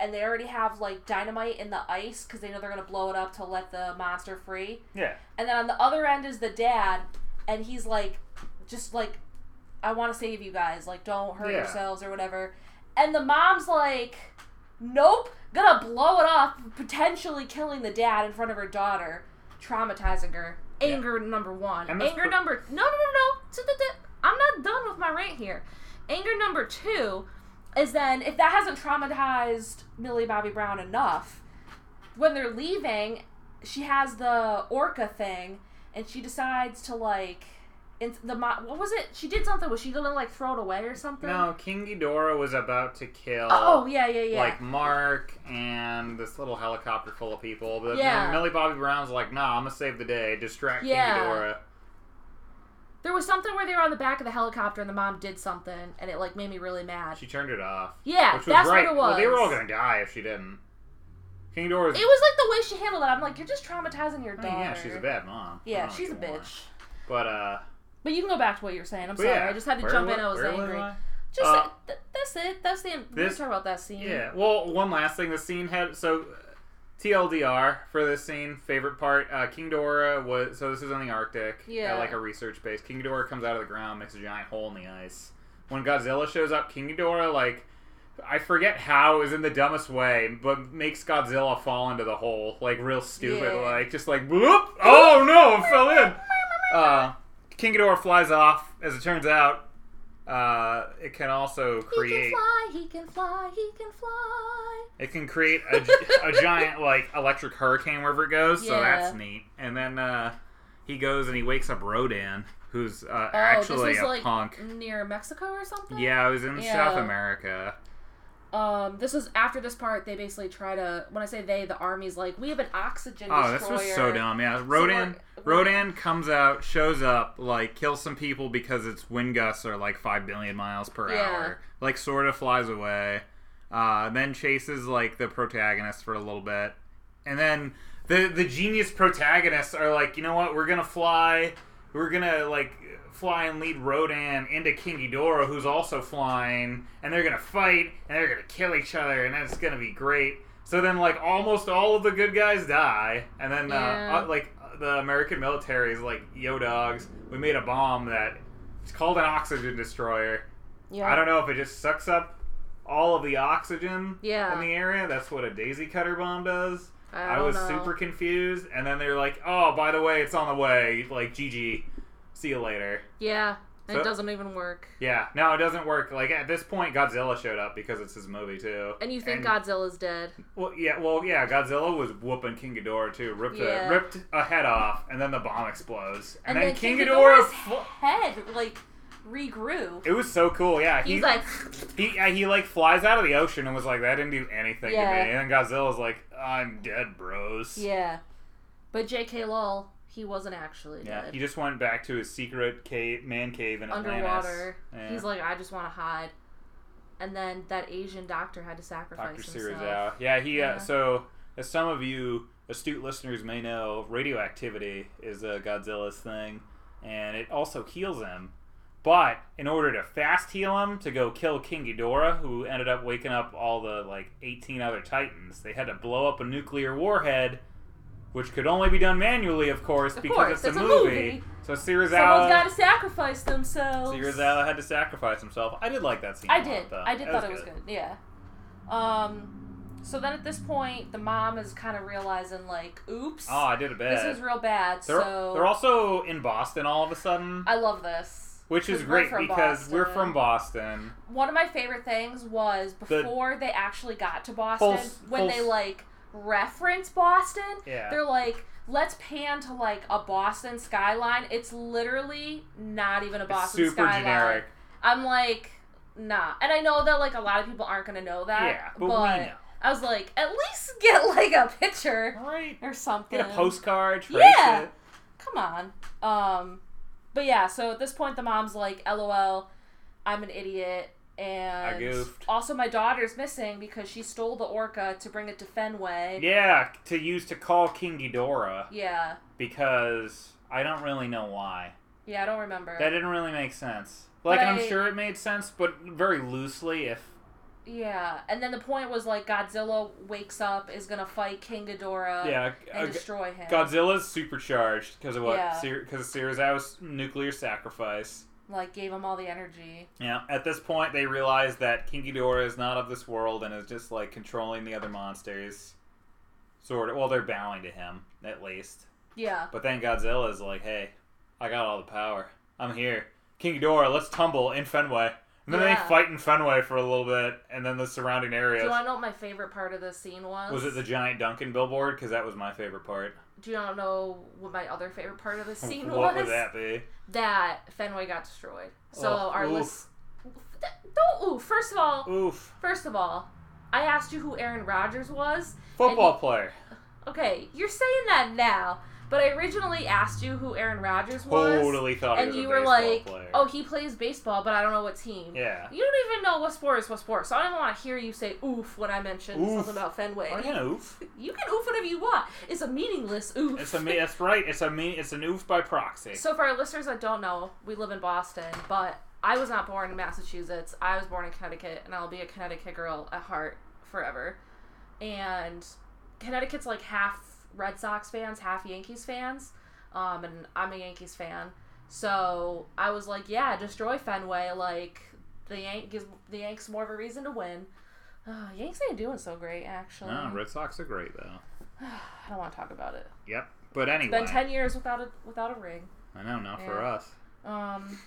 Speaker 2: and they already have like dynamite in the ice because they know they're gonna blow it up to let the monster free.
Speaker 1: Yeah.
Speaker 2: And then on the other end is the dad, and he's like, just like, I want to save you guys, like don't hurt
Speaker 1: Yeah.
Speaker 2: yourselves or whatever. And the mom's like, nope, gonna blow it up, potentially killing the dad in front of her daughter, traumatizing her.
Speaker 1: Yeah.
Speaker 2: Anger number one.
Speaker 1: And that's
Speaker 2: Anger
Speaker 1: per-
Speaker 2: number no no no no. So the- the- I'm not done with my rant here. Anger number two is then if that hasn't traumatized Millie Bobby Brown enough, when they're leaving, she has the orca thing, and she decides to like. It's the mo- what was it? She did something. Was she gonna like throw it away or something?
Speaker 1: No, King Ghidorah was about to kill.
Speaker 2: Oh yeah yeah yeah.
Speaker 1: Like Mark and this little helicopter full of people, but
Speaker 2: Yeah.
Speaker 1: then Millie Bobby Brown's like, "Nah, I'm gonna save the day, distract
Speaker 2: Yeah.
Speaker 1: King Ghidorah."
Speaker 2: there was something where they were on the back of the helicopter and the mom did something, and it like made me really mad.
Speaker 1: She turned it off,
Speaker 2: yeah,
Speaker 1: which was
Speaker 2: that's
Speaker 1: right.
Speaker 2: what it was.
Speaker 1: Well, they were all gonna die if she didn't. King Ghidorah's.
Speaker 2: It was like the way she handled it. I'm like, you're just traumatizing your
Speaker 1: I
Speaker 2: daughter.
Speaker 1: mean, Oh, yeah, she's a Oh, bad mom. I
Speaker 2: Yeah,
Speaker 1: don't know
Speaker 2: she's a
Speaker 1: what you want.
Speaker 2: bitch.
Speaker 1: But uh,
Speaker 2: But you can go back to what you were saying. I'm
Speaker 1: but
Speaker 2: sorry.
Speaker 1: yeah,
Speaker 2: I just had to
Speaker 1: where
Speaker 2: jump
Speaker 1: wa-
Speaker 2: in. I was
Speaker 1: where
Speaker 2: angry.
Speaker 1: I?
Speaker 2: Just
Speaker 1: Uh,
Speaker 2: th- that's it. That's the end. we
Speaker 1: this-
Speaker 2: talk about that scene.
Speaker 1: Yeah. Well, one last thing. The scene had so uh, TLDR for this scene. Favorite part. Uh, King Ghidorah was so this is in the Arctic.
Speaker 2: Yeah.
Speaker 1: At like a research base. King Ghidorah comes out of the ground, makes a giant hole in the ice. When Godzilla shows up, King Ghidorah like. I forget how is in the dumbest way, but makes Godzilla fall into the hole like real stupid,
Speaker 2: Yeah.
Speaker 1: like just like whoop! Oh no, it fell in. Uh, King Ghidorah flies off. As it turns out, uh, it can also
Speaker 2: He can
Speaker 1: create
Speaker 2: fly. He can fly. He can fly.
Speaker 1: it can create a, a giant like electric hurricane wherever it goes, so
Speaker 2: Yeah.
Speaker 1: that's neat. And then uh, he goes and he wakes up Rodan, who's uh,
Speaker 2: Oh,
Speaker 1: actually
Speaker 2: this was
Speaker 1: a
Speaker 2: like
Speaker 1: punk.
Speaker 2: near Mexico or something.
Speaker 1: Yeah, it was in
Speaker 2: Yeah.
Speaker 1: South America.
Speaker 2: Um, this is after this part. They basically try to. When I say they, the army's like, we have an oxygen.
Speaker 1: Oh, this
Speaker 2: destroyer.
Speaker 1: was so dumb. Yeah, Rodan.
Speaker 2: we're- we're-
Speaker 1: Rodan comes out, shows up, like kills some people because its wind gusts are like five billion miles per
Speaker 2: Yeah.
Speaker 1: hour. Like sort of flies away, uh, then chases like the protagonist for a little bit, and then the the genius protagonists are like, you know what? We're gonna fly. We're gonna like fly and lead Rodan into King Ghidorah, who's also flying, and they're gonna fight and they're gonna kill each other, and it's gonna be great. So then, like almost all of the good guys die, and then
Speaker 2: Yeah.
Speaker 1: uh, uh, like the American military is like, "Yo, dogs, we made a bomb that it's called an oxygen destroyer.
Speaker 2: Yeah.
Speaker 1: I don't know if it just sucks up all of the oxygen
Speaker 2: Yeah.
Speaker 1: in the area. That's what a daisy cutter bomb does."
Speaker 2: I,
Speaker 1: I,
Speaker 2: don't
Speaker 1: was
Speaker 2: know.
Speaker 1: super confused, and then they're like, "Oh, by the way, it's on the way." Like, GG, see you later.
Speaker 2: Yeah, and
Speaker 1: So-
Speaker 2: it doesn't even work.
Speaker 1: Yeah, no, it doesn't work. Like at this point, Godzilla showed up because it's his movie too.
Speaker 2: And you think
Speaker 1: And-
Speaker 2: Godzilla's dead?
Speaker 1: Well, yeah, well, yeah. Godzilla was whooping King Ghidorah too, ripped
Speaker 2: Yeah.
Speaker 1: a, ripped a head off, and then the bomb explodes, and, then, King, Ghidorah.
Speaker 2: Ghidorah's
Speaker 1: fl-
Speaker 2: head like regrew.
Speaker 1: it was so cool, yeah. He
Speaker 2: He's like,
Speaker 1: he uh, he like flies out of the ocean and was like, "That didn't do anything
Speaker 2: Yeah.
Speaker 1: to me." And then Godzilla's like, "I'm dead, bros."
Speaker 2: yeah, but J.K. Lowell, he wasn't actually
Speaker 1: Yeah,
Speaker 2: dead.
Speaker 1: he just went back to his secret cave, man cave in Atlantis.
Speaker 2: Underwater,
Speaker 1: Yeah.
Speaker 2: he's like, I just want to hide. And then that Asian doctor had to sacrifice
Speaker 1: Dr.
Speaker 2: himself.
Speaker 1: Sirizawa. Yeah, he.
Speaker 2: Yeah.
Speaker 1: Uh, so, as some of you astute listeners may know, radioactivity is uh, Godzilla's thing, and it also heals him. But in order to fast heal him to go kill King Ghidorah, who ended up waking up all the like 18 other Titans, they had to blow up a nuclear warhead, which could only be done manually, of course,
Speaker 2: Of
Speaker 1: because it's,
Speaker 2: course,
Speaker 1: a,
Speaker 2: it's a
Speaker 1: movie.
Speaker 2: movie.
Speaker 1: So
Speaker 2: Someone's got
Speaker 1: Sirizawa,
Speaker 2: to sacrifice themselves.
Speaker 1: Sirizawa had to sacrifice himself. I did like that scene.
Speaker 2: I
Speaker 1: a lot,
Speaker 2: did.
Speaker 1: though.
Speaker 2: I did
Speaker 1: That
Speaker 2: thought it was good. Yeah. Um. So then at this point, the mom is kind of realizing, like, oops,
Speaker 1: Oh, I did a bit.
Speaker 2: this is real bad.
Speaker 1: They're,
Speaker 2: so
Speaker 1: they're also in Boston all of a sudden,
Speaker 2: I love this.
Speaker 1: which is
Speaker 2: we're
Speaker 1: great
Speaker 2: from
Speaker 1: because we're
Speaker 2: Boston.
Speaker 1: from Boston.
Speaker 2: One of my favorite things was
Speaker 1: The-
Speaker 2: before they actually got to Boston,
Speaker 1: s-
Speaker 2: when
Speaker 1: full
Speaker 2: they
Speaker 1: s-
Speaker 2: like reference Boston,
Speaker 1: Yeah.
Speaker 2: they're like, let's pan to like a Boston skyline. It's literally not even a
Speaker 1: It's
Speaker 2: Boston
Speaker 1: super
Speaker 2: skyline.
Speaker 1: generic.
Speaker 2: I'm like, nah. And I know that like a lot of people aren't gonna know that.
Speaker 1: yeah, but, we know.
Speaker 2: I was like, at least get like a picture
Speaker 1: All right.
Speaker 2: or something.
Speaker 1: Get a postcard, trace
Speaker 2: Yeah.
Speaker 1: it.
Speaker 2: Come on. Um, but yeah. So at this point, the mom's like, "LOL, I'm an idiot," And
Speaker 1: I goofed.
Speaker 2: also, my daughter's missing because she stole the orca to bring it to Fenway.
Speaker 1: Yeah, to use to call King Ghidorah
Speaker 2: Yeah.
Speaker 1: because I don't really know why.
Speaker 2: Yeah, I don't remember.
Speaker 1: That didn't really make sense. Like
Speaker 2: But
Speaker 1: I'm
Speaker 2: I-
Speaker 1: sure it made sense, but very loosely. If
Speaker 2: yeah. And then the point was like Godzilla wakes up, is going to fight King Ghidorah
Speaker 1: yeah,
Speaker 2: and
Speaker 1: uh,
Speaker 2: destroy him.
Speaker 1: Godzilla's supercharged because of what?
Speaker 2: Yeah.
Speaker 1: Because of Serizawa's nuclear sacrifice.
Speaker 2: like, gave him all the energy.
Speaker 1: Yeah. At this point, they realize that King Ghidorah is not of this world and is just like controlling the other monsters. Sort of. Well, they're bowing to him at least.
Speaker 2: Yeah.
Speaker 1: But then Godzilla is like, "Hey, I got all the power. I'm here. King Ghidorah, let's tumble in Fenway." And then
Speaker 2: Yeah.
Speaker 1: they fight in Fenway for a little bit, and then the surrounding
Speaker 2: Do
Speaker 1: areas.
Speaker 2: you want to know what my favorite part of this scene was?
Speaker 1: Was it the giant Duncan billboard? Because that was my favorite part.
Speaker 2: Do you want to know what my other favorite part of this scene
Speaker 1: what
Speaker 2: was?
Speaker 1: would that be?
Speaker 2: that Fenway got destroyed. So
Speaker 1: Oh,
Speaker 2: our
Speaker 1: oof.
Speaker 2: list. Don't ooh. First of all,
Speaker 1: Oof!
Speaker 2: first of all, I asked you who Aaron Rodgers was.
Speaker 1: Football player.
Speaker 2: Okay, you're saying that now, but I originally asked you who Aaron Rodgers was,
Speaker 1: Totally thought he
Speaker 2: and
Speaker 1: was
Speaker 2: you
Speaker 1: a
Speaker 2: were
Speaker 1: baseball
Speaker 2: like,
Speaker 1: player.
Speaker 2: "Oh, he plays baseball, but I don't know what team."
Speaker 1: yeah.
Speaker 2: You don't even know what sport is what sport, so I don't want to hear you say "oof" when I mention
Speaker 1: Oof. Oh,
Speaker 2: something about Fenway.
Speaker 1: Are you an oof?
Speaker 2: You can oof whatever you want. It's a meaningless oof.
Speaker 1: It's a me. That's right. It's a me. It's an oof by proxy.
Speaker 2: So for our listeners that don't know, we live in Boston, but I was not born in Massachusetts. I was born in Connecticut, and I'll be a Connecticut girl at heart forever. And Connecticut's like half Red Sox fans, half Yankees fans, um, and I'm a Yankees fan. So I was like, yeah, destroy Fenway. Like the Yank gives the Yanks more of a reason to win. Uh, Yanks ain't doing so great, actually.
Speaker 1: no, Red Sox are great though.
Speaker 2: I don't want to talk about it.
Speaker 1: Yep. But
Speaker 2: It's been
Speaker 1: anyway,
Speaker 2: ten years without a without a ring.
Speaker 1: I know not for
Speaker 2: Yeah.
Speaker 1: us.
Speaker 2: Um.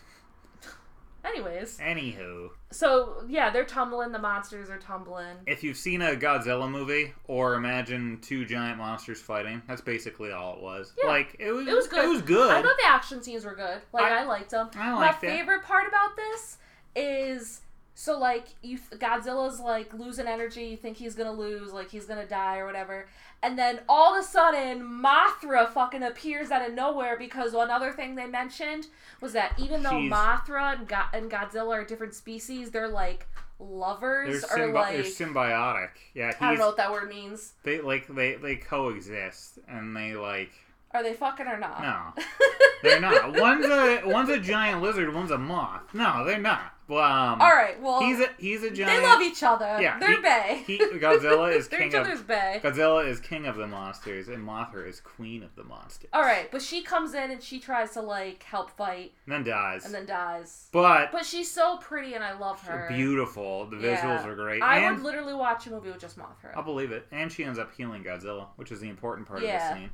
Speaker 2: Anyways,
Speaker 1: Anywho,
Speaker 2: so yeah, they're tumbling. The monsters are tumbling.
Speaker 1: if you've seen a Godzilla movie or imagine two giant monsters fighting, that's basically all it was.
Speaker 2: Yeah.
Speaker 1: Like it was.
Speaker 2: It was good.
Speaker 1: It was good.
Speaker 2: I thought the action scenes were good. Like I,
Speaker 1: I-
Speaker 2: liked them.
Speaker 1: I
Speaker 2: My
Speaker 1: liked it.
Speaker 2: favorite part about this is so like you Godzilla's like losing energy. You think he's gonna lose, like he's gonna die or whatever, and then all of a sudden Mothra fucking appears out of nowhere because another thing they mentioned was that even though
Speaker 1: She's-
Speaker 2: Mothra and, Go- and Godzilla are different species, they're like
Speaker 1: they're,
Speaker 2: lovers or
Speaker 1: symbi-
Speaker 2: like
Speaker 1: they're symbiotic. Yeah, he's,
Speaker 2: I don't know what that word means.
Speaker 1: They like they they coexist and they like
Speaker 2: Are they fucking or not?
Speaker 1: no they're not one's a one's a giant lizard one's a moth no they're not well um,
Speaker 2: All right. Well,
Speaker 1: he's a he's a giant
Speaker 2: they love each other.
Speaker 1: Yeah,
Speaker 2: they're
Speaker 1: he-
Speaker 2: bae.
Speaker 1: he, Godzilla is
Speaker 2: they're
Speaker 1: king
Speaker 2: each other's
Speaker 1: of
Speaker 2: bae.
Speaker 1: Godzilla is king of the monsters and Mothra is queen of the monsters
Speaker 2: All right, but she comes in and she tries to like help fight
Speaker 1: and then dies
Speaker 2: and then dies.
Speaker 1: but,
Speaker 2: But she's so pretty and I love her.
Speaker 1: beautiful the
Speaker 2: Yeah.
Speaker 1: visuals are great
Speaker 2: I
Speaker 1: and
Speaker 2: would literally watch a movie with just Mothra.
Speaker 1: I'll believe it and she ends up healing Godzilla which is the important part
Speaker 2: Yeah.
Speaker 1: of the scene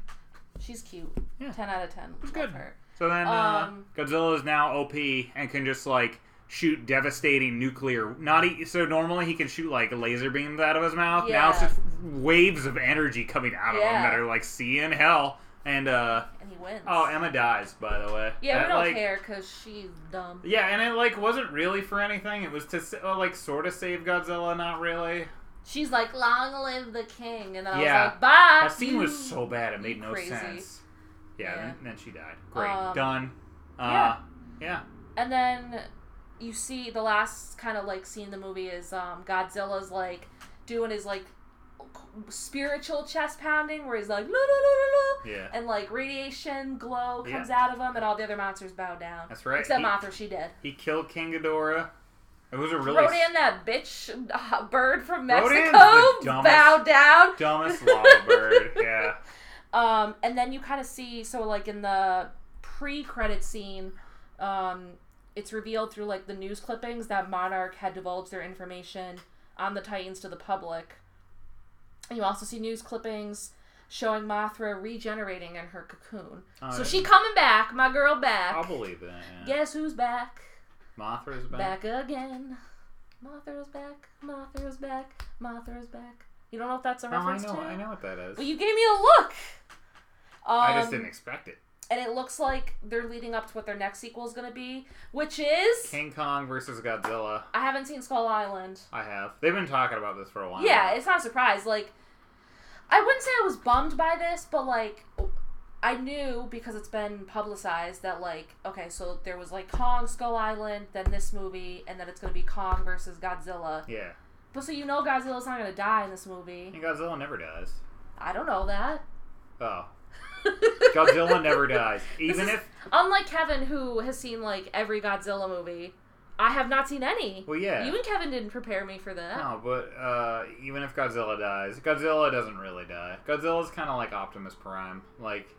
Speaker 2: She's cute.
Speaker 1: Yeah.
Speaker 2: Ten out of ten. Love
Speaker 1: good.
Speaker 2: Her.
Speaker 1: So then
Speaker 2: Um,
Speaker 1: uh, Godzilla is now OP and can just like shoot devastating nuclear. Not e- so normally he can shoot like laser beams out of his mouth. Now it's
Speaker 2: Yeah.
Speaker 1: just waves of energy coming out of him
Speaker 2: Yeah.
Speaker 1: that are like sea and hell. And uh
Speaker 2: And he wins.
Speaker 1: oh, Emma dies by the way.
Speaker 2: yeah,
Speaker 1: That,
Speaker 2: we don't
Speaker 1: like,
Speaker 2: care because she's dumb.
Speaker 1: Yeah, and it like wasn't really for anything. It was to sa- uh, like sort of save Godzilla, not really.
Speaker 2: She's like, "Long live the king," and I
Speaker 1: Yeah.
Speaker 2: was like, "Bye."
Speaker 1: That scene was
Speaker 2: Uh, you."
Speaker 1: so bad; it made
Speaker 2: you
Speaker 1: no
Speaker 2: crazy.
Speaker 1: sense. Yeah,
Speaker 2: Yeah.
Speaker 1: Then, then she died. Great,
Speaker 2: Um,
Speaker 1: done.
Speaker 2: yeah.
Speaker 1: Uh, yeah,
Speaker 2: And then you see the last kind of like scene in the movie is um, Godzilla's like doing his like spiritual chest pounding where he's like no no no
Speaker 1: yeah,
Speaker 2: no no and like radiation glow comes out of him and all the other monsters bow down.
Speaker 1: That's right.
Speaker 2: Except
Speaker 1: He-
Speaker 2: Mothra, she did.
Speaker 1: He killed King Ghidorah. It was a really
Speaker 2: Rodan, that bitch uh, bird from
Speaker 1: Rodan's
Speaker 2: Mexico,
Speaker 1: the dumbest-
Speaker 2: bow down.
Speaker 1: dumbest lava bird. Yeah.
Speaker 2: Um, and then you kind of see, so like in the pre-credit scene, um, it's revealed through like the news clippings that Monarch had divulged their information on the Titans to the public. And you also see news clippings showing Mothra regenerating in her cocoon.
Speaker 1: Oh,
Speaker 2: so
Speaker 1: yeah.
Speaker 2: she coming back, my girl back.
Speaker 1: I'll believe that. Yeah.
Speaker 2: Guess who's back?
Speaker 1: Mothra's back.
Speaker 2: Back again. Mothra's back. Mothra's back. Mothra's back. You don't know if that's a
Speaker 1: No, Oh, I
Speaker 2: reference
Speaker 1: know.
Speaker 2: to?
Speaker 1: I know what that is.
Speaker 2: Well, you gave me a look. Um,
Speaker 1: I just didn't expect it.
Speaker 2: and it looks like they're leading up to what their next sequel is going to be, which is
Speaker 1: King Kong versus Godzilla.
Speaker 2: I haven't seen Skull Island.
Speaker 1: I have. They've been talking about this for a while.
Speaker 2: Yeah, it's not a surprise. Like, I wouldn't say I was bummed by this, but like, I knew because it's been publicized that like okay, so there was like Kong Skull Island, then this movie, and then it's gonna be Kong versus Godzilla.
Speaker 1: Yeah.
Speaker 2: But so you know Godzilla's not gonna die in this movie.
Speaker 1: And Godzilla never dies.
Speaker 2: I don't know that.
Speaker 1: Oh. Godzilla never dies.
Speaker 2: This
Speaker 1: Even
Speaker 2: is-
Speaker 1: if.
Speaker 2: unlike Kevin who has seen like every Godzilla movie, I have not seen any.
Speaker 1: Well, yeah.
Speaker 2: You and Kevin didn't prepare me for that.
Speaker 1: No, but uh, even if Godzilla dies, Godzilla doesn't really die. Godzilla's kind of like Optimus Prime. Like,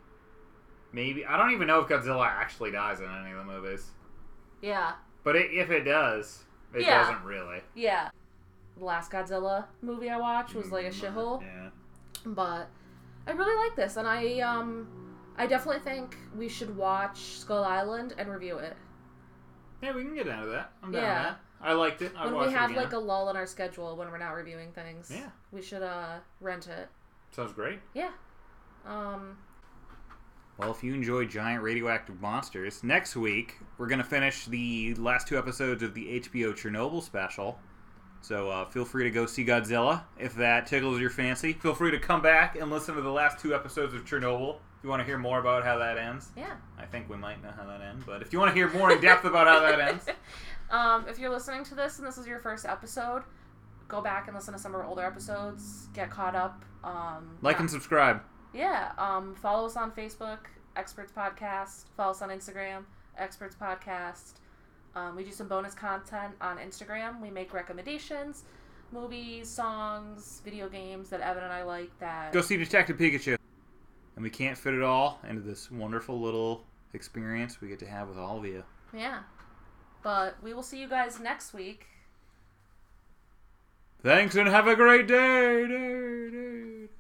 Speaker 1: maybe. I don't even know if Godzilla actually dies in any of the movies.
Speaker 2: Yeah.
Speaker 1: But it, if it does, it
Speaker 2: Yeah.
Speaker 1: doesn't really.
Speaker 2: Yeah. The last Godzilla movie I watched was like a
Speaker 1: Mm-hmm.
Speaker 2: shithole,
Speaker 1: Mm, Yeah.
Speaker 2: but I really like this, and I um, I definitely think we should watch Skull Island and review it
Speaker 1: Yeah, we can get into that. I'm down
Speaker 2: Yeah.
Speaker 1: with that. I liked it. I
Speaker 2: when
Speaker 1: watched
Speaker 2: we have
Speaker 1: it again.
Speaker 2: like a lull in our schedule when we're not reviewing things.
Speaker 1: Yeah.
Speaker 2: we should uh rent it.
Speaker 1: Sounds great.
Speaker 2: Yeah. Um.
Speaker 1: Well, if you enjoy giant radioactive monsters, next week we're going to finish the last two episodes of the HBO Chernobyl special. So uh, feel free to go see Godzilla if that tickles your fancy. Feel free to come back and listen to the last two episodes of Chernobyl if you want to hear more about how that ends.
Speaker 2: Yeah.
Speaker 1: I think we might know how that ends, but if you want to hear more in depth about how that ends,
Speaker 2: Um, if you're listening to this and this is your first episode, go back and listen to some of our older episodes. Get caught up. Um,
Speaker 1: like
Speaker 2: not-
Speaker 1: and subscribe.
Speaker 2: Yeah. Um, follow us on Facebook, Experts Podcast. Follow us on Instagram, Experts Podcast. Um, we do some bonus content on Instagram. We make recommendations, movies, songs, video games that Evan and I like. That
Speaker 1: Go see Detective Pikachu. And we can't fit it all into this wonderful little experience we get to have with all of you.
Speaker 2: yeah. But we will see you guys next week.
Speaker 1: Thanks and have a great day. day, day.